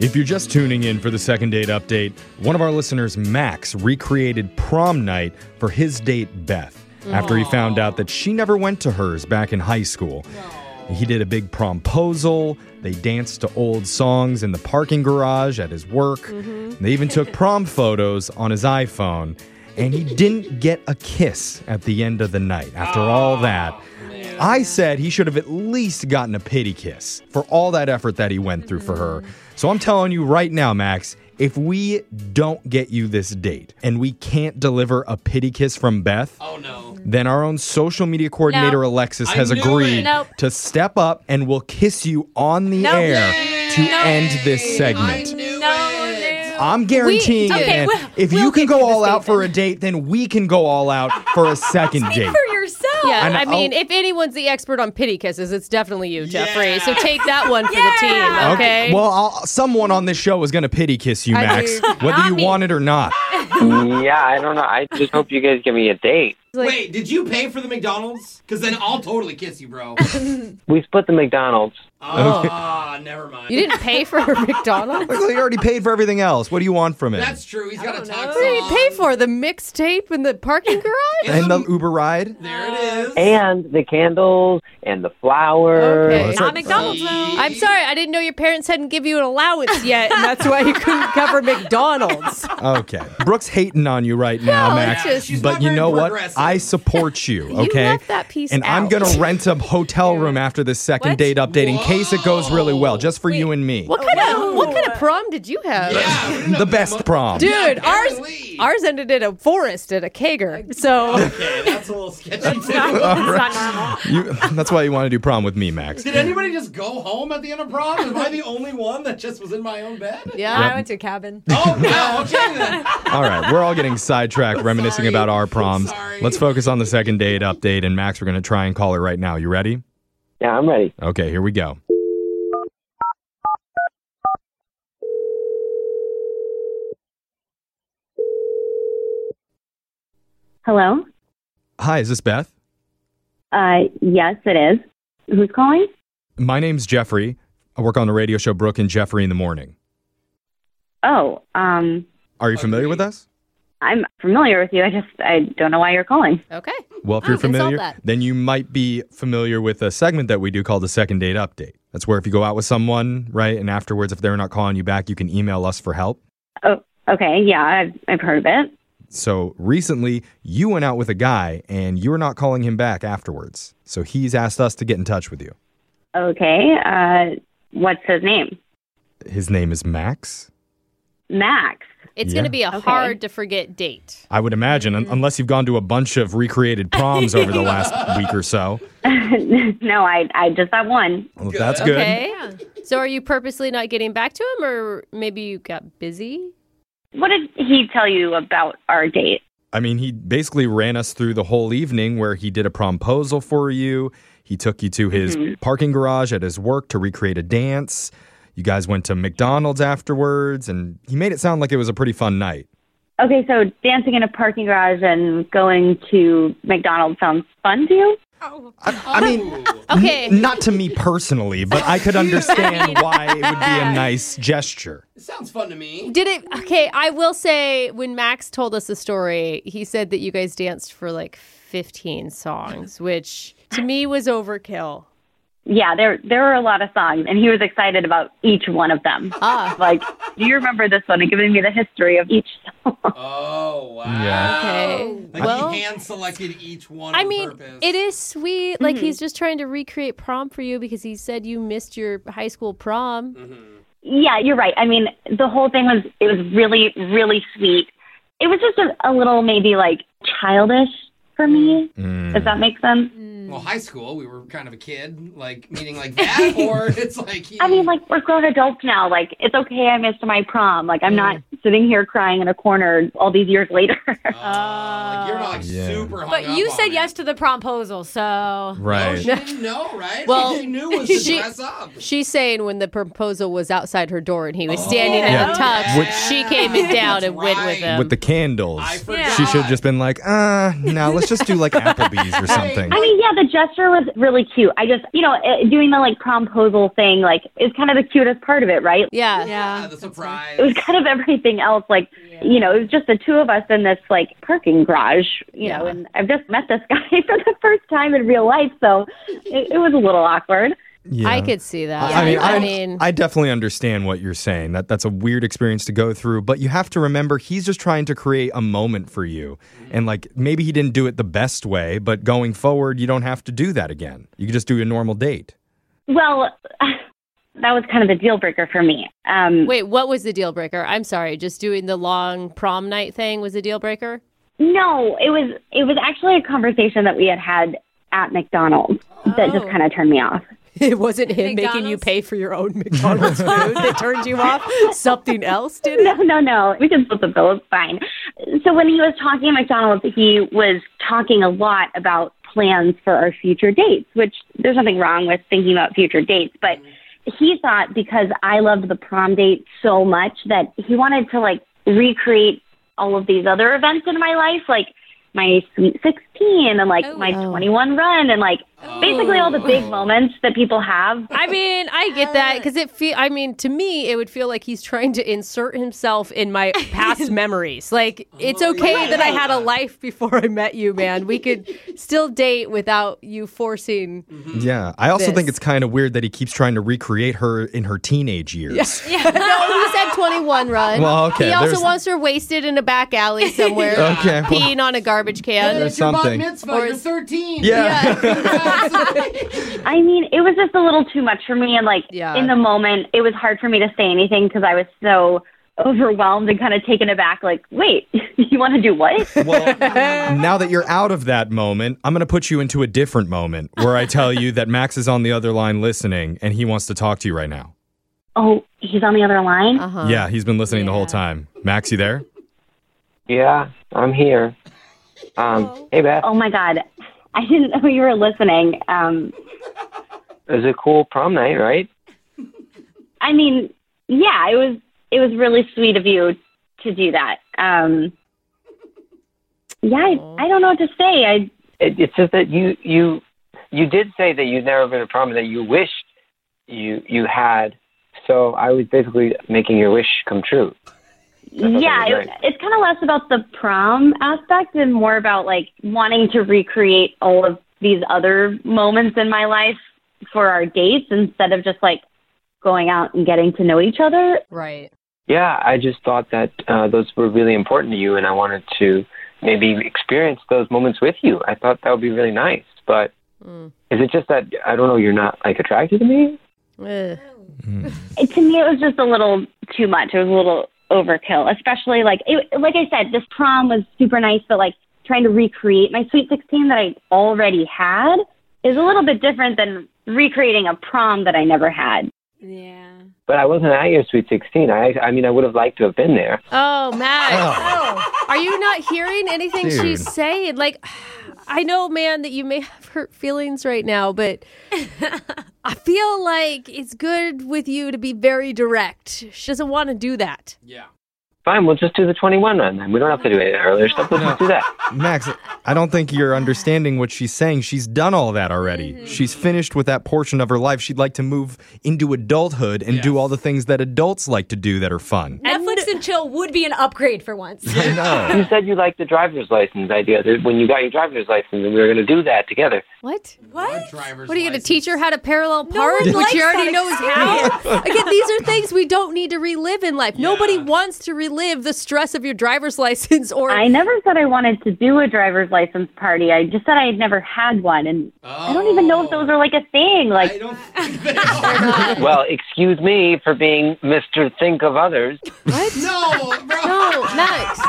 If you're just tuning in for the second date update, one of our listeners, Max, recreated prom night for his date, Beth, after he found out that she never went to hers back in high school. He did a big promposal. They danced to old songs in the parking garage at his work. They even took prom photos on his iPhone. And he didn't get a kiss at the end of the night after all that. I said he should have at least gotten a pity kiss for all that effort that he went through for her. So I'm telling you right now, Max, if we don't get you this date and we can't deliver a pity kiss from Beth, Oh no. then our own social media coordinator Nope. Alexis I has knew agreed it. Nope. to step up and will kiss you on the Nope. air to Nope. end this segment. knew I'm guaranteeing We- it, okay, Ann. we'll- if we'll you can get go you this all date out for then. a date, then we can go all out for a second date. for yourself. Yeah, know- I mean, if anyone's the expert on pity kisses, it's definitely you, Jeffrey. So take that one for the team, Uh, okay? Well, I'll, someone on this show is going to pity kiss you, I Max, mean, whether not you me. want it or not. yeah, I don't know. I just hope you guys give me a date. Like- Wait, did you pay for the McDonald's? Because then I'll totally kiss you, bro. We split the McDonald's. Ah, never mind. you didn't pay for McDonald's. Well, you already paid for everything else. What do you want from it? That's true. He's got a talk What did he pay for? The mixtape in the parking garage? and the Uber ride? There it is. And the candles and the flowers. Okay. That's right. Not McDonald's though. I'm sorry, I didn't know your parents hadn't give you an allowance yet, and that's why you couldn't cover McDonald's. Okay. Brooke's hating on you right now, No, Max. it's just- She's but not you very know what? progressive. I support you, okay? left that piece and I'm out. going to rent a hotel room after this second What? date update in case it goes really well, just for you and me. What kind of what kind of prom did you have? Yeah, we didn't The have best prom. Dude, ours apparently. ours ended in a forest at a kegger. So Okay, that's a little sketchy too. It's not normal. You- that's why you want to do prom with me, Max. Did anybody just go home at the end of prom? Am I the only one that just was in my own bed? yeah, I went to a cabin. Oh, wow. Okay, then. All right, we're all getting sidetracked reminiscing Sorry. about our proms. Sorry. Let's focus on the second date update. And Max, we're going to try and call her right now. You ready? Yeah, I'm ready. Okay, here we go. Hello? Hi, is this Beth? Uh, yes, it is. Who's calling? My name's Jeffrey. I work on the radio show Brooke and Jeffrey in the Morning. Oh, um, Are you familiar with us? I'm familiar with you. I just, I don't know why you're calling. okay. Well, Ah, if you're Oh, insult familiar, that. then you might be familiar with a segment that we do called the second date update. That's where if you go out with someone, right, and afterwards, if they're not calling you back, you can email us for help. Oh, okay. Yeah, I've, I've heard of it. So recently, you went out with a guy and you were not calling him back afterwards. So he's asked us to get in touch with you. Okay. Uh, what's his name? His name is Max. Max. It's Yeah. gonna be a hard to forget date. I would imagine, un- unless you've gone to a bunch of recreated proms over the last week or so. no, I, I just have one. Well, That's good. Okay. So are you purposely not getting back to him or maybe you got busy? What did he tell you about our date? I mean, he basically ran us through the whole evening where he did a promposal for you. He took you to his parking garage at his work to recreate a dance. You guys went to McDonald's afterwards, and he made it sound like it was a pretty fun night. Okay, so dancing in a parking garage and going to McDonald's sounds fun to you? I, I mean, Okay. n- not to me personally, but I could understand why it would be a nice gesture. Sounds fun to me. Did it Okay, I will say when Max told us the story, he said that you guys danced for like 15 songs, which to me was overkill. Yeah, there there were a lot of songs, and he was excited about each one of them. Ah. Like, do you remember this one? And giving me the history of each song. Oh, wow. Yeah. Okay. Like Well- he hand selected each one. I on mean, purpose. it is sweet. Like Mm-hmm. he's just trying to recreate prom for you because he said you missed your high school prom. Mm-hmm. yeah, you're right. I mean, the whole thing was it was really really sweet. It was just a, a little maybe like childish for me. Mm. Does that make sense? Well, high school, we were kind of a kid, like meaning like that, or it's like. He, I mean, like we're grown adults now. Like it's okay. I missed my prom. Like I'm not sitting here crying in a corner all these years later. uh, like you're not like Yeah. super. Hung But up you on said it. yes to the promposal, so No, Right. she didn't know, right? Well, All she knew was to she- dress up. She's saying when the proposal was outside her door and he was standing at Oh. Yeah. the tub, Would- she came in down That's and went with right. him. With the candles. I Yeah. forgot. "Uh, She should have just been like, uh, no, let's just do like Applebee's or something. I mean, yeah, the the gesture was really cute. I just, you know, eh, doing the like promposal thing, like, is kind of the cutest part of it, right? Yeah. Ah, Yeah. the It was surprise. kind of everything else. Like, you know, it was just the two of us in this like parking garage, you know, and I've just met this guy for the first time in real life. So it, it was a little awkward. Yeah. I could see that. I mean, I, I mean, I definitely understand what you're saying. That that's a weird experience to go through, but you have to remember he's just trying to create a moment for you. Mm-hmm. And like maybe he didn't do it the best way, but going forward, you don't have to do that again. You can just do a normal date. Well, that was kind of a deal breaker for me. Um, wait, what was the deal breaker? I'm sorry, just doing the long prom night thing was a deal breaker? No, it was it was actually a conversation that we had had at McDonald's that just kind of turned me off. It wasn't him making you McDonald's? pay for your own McDonald's food that turned you off. Something else did it? No, no, no. We can split the bill. It's fine. So when he was talking at McDonald's, he was talking a lot about plans for our future dates, which there's nothing wrong with thinking about future dates, but Mm-hmm. he thought because I loved the prom date so much that he wanted to like recreate all of these other events in my life, like my sweet 16 and like Oh. my 21 run and like basically all the Oh. big moments that people have I mean, I get that because it feel. I mean, to me, it would feel like he's trying to insert himself in my past memories. Like it's okay that I had a life before I met you, man. We could still date without you forcing. Yeah. I also think Mm-hmm. This. it's kind of weird that he keeps trying to recreate her in her teenage years. No, he said twenty-one run. Well, okay, He also there's- wants her wasted in a back alley somewhere, Okay, well- peeing on a garbage can. There's It's your bat something. mitzvah. Or you're is- 13. Yeah. I mean, it was just a little too much for me. And like Yeah. in the moment, it was hard for me to say anything because I was so overwhelmed and kind of taken aback. Like, wait, you want to do what? Well, now that you're out of that moment, I'm going to put you into a different moment where I tell you that Max is on the other line listening and he wants to talk to you right now. oh, he's on the other line. Uh-huh. Yeah, he's been listening the whole time. Max, you there? Yeah, I'm here. Um, hey, Beth, Oh my God. I didn't know you were listening. Um, it was a cool prom night, right? I mean, yeah, it was, it was really sweet of you to do that. Um, yeah, I, I don't know what to say. I, It, it's just that you you you did say that you'd never been to prom and that you wished you you had. So I was basically making your wish come true. thought yeah, that was it, nice. it's kind of less about the prom aspect and more about like wanting to recreate all of these other moments in my life for our dates instead of just like going out and getting to know each other. Right. Yeah, I just thought that uh, those were really important to you, and I wanted to maybe experience those moments with you. I thought that would be really nice. But is it just that I don't know? You're not like attracted to me? Ugh. It, to me, it was just a little too much. It was a little overkill, especially like it, like I said, this prom was super nice, but like trying to recreate my sweet sixteen that I already had is a little bit different than recreating a prom that I never had. Yeah. But I wasn't at your sweet sixteen. I I mean, I would have liked to have been there. Oh, Max. Oh. Are you not hearing anything Dude. she's saying? Like, I know, man, that you may have hurt feelings right now, but I feel like it's good with you to be very direct. She doesn't want to do that. Yeah. Fine, we'll just do the twenty-one run. Then we don't have to do it earlier stuff. Let's just do that. Max, I don't think you're understanding what she's saying. She's done all that already. She's finished with that portion of her life. She'd like to move into adulthood and do all the things that adults like to do that are fun. Netflix and chill would be an upgrade for once. I know. You said you liked the driver's license idea that when you got your driver's license, and we were going to do that together. What? What? Driver's What are you going to license. teach her how to parallel park, one which you likes already that know is how? Again, these are things we don't need to relive in life. Nobody Yeah. wants to relive the stress of your driver's license or I never said I wanted to do a driver's license party. I just said I had never had one, and I don't even know if those are like a thing. Oh. I Like, don't think they are. Well, excuse me for being Mister Think of Others. No, bro. No, Max.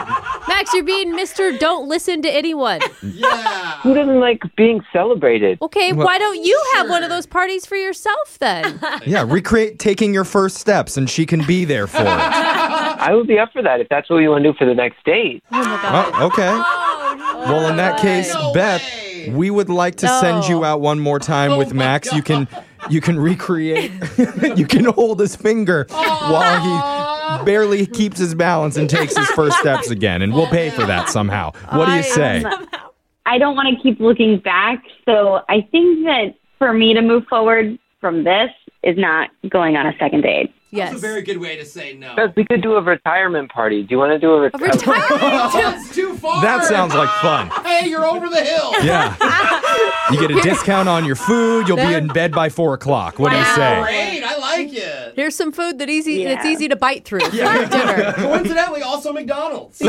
Max, you're being Mr. Don't listen to anyone. Yeah. Who doesn't like being celebrated? Okay, Well- why don't you have one of those parties for yourself then? Yeah, recreate taking your first steps and she can be there for it. I would be up for that if that's what you want to do for the next date. Oh, okay. Well, in that case, No Beth, way. we would like to send No. Oh you out one more time with Max. You can you can recreate you can hold his finger while he barely keeps his balance and takes his first steps again and we'll pay for that somehow. What do you I- say? I don't want to keep looking back. So I think that for me to move forward from this is not going on a second date. Yes. That's a very good way to say no. Yes, we could do a retirement party. Do you want to do a retirement? That's too far. That sounds like fun. Hey, you're over the hill. Yeah. You get a discount on your food. You'll be in bed by four o'clock. What do you say? Great, I like it. Here's some food that easy Yeah. that's easy to bite through for dinner. Coincidentally, also McDonald's.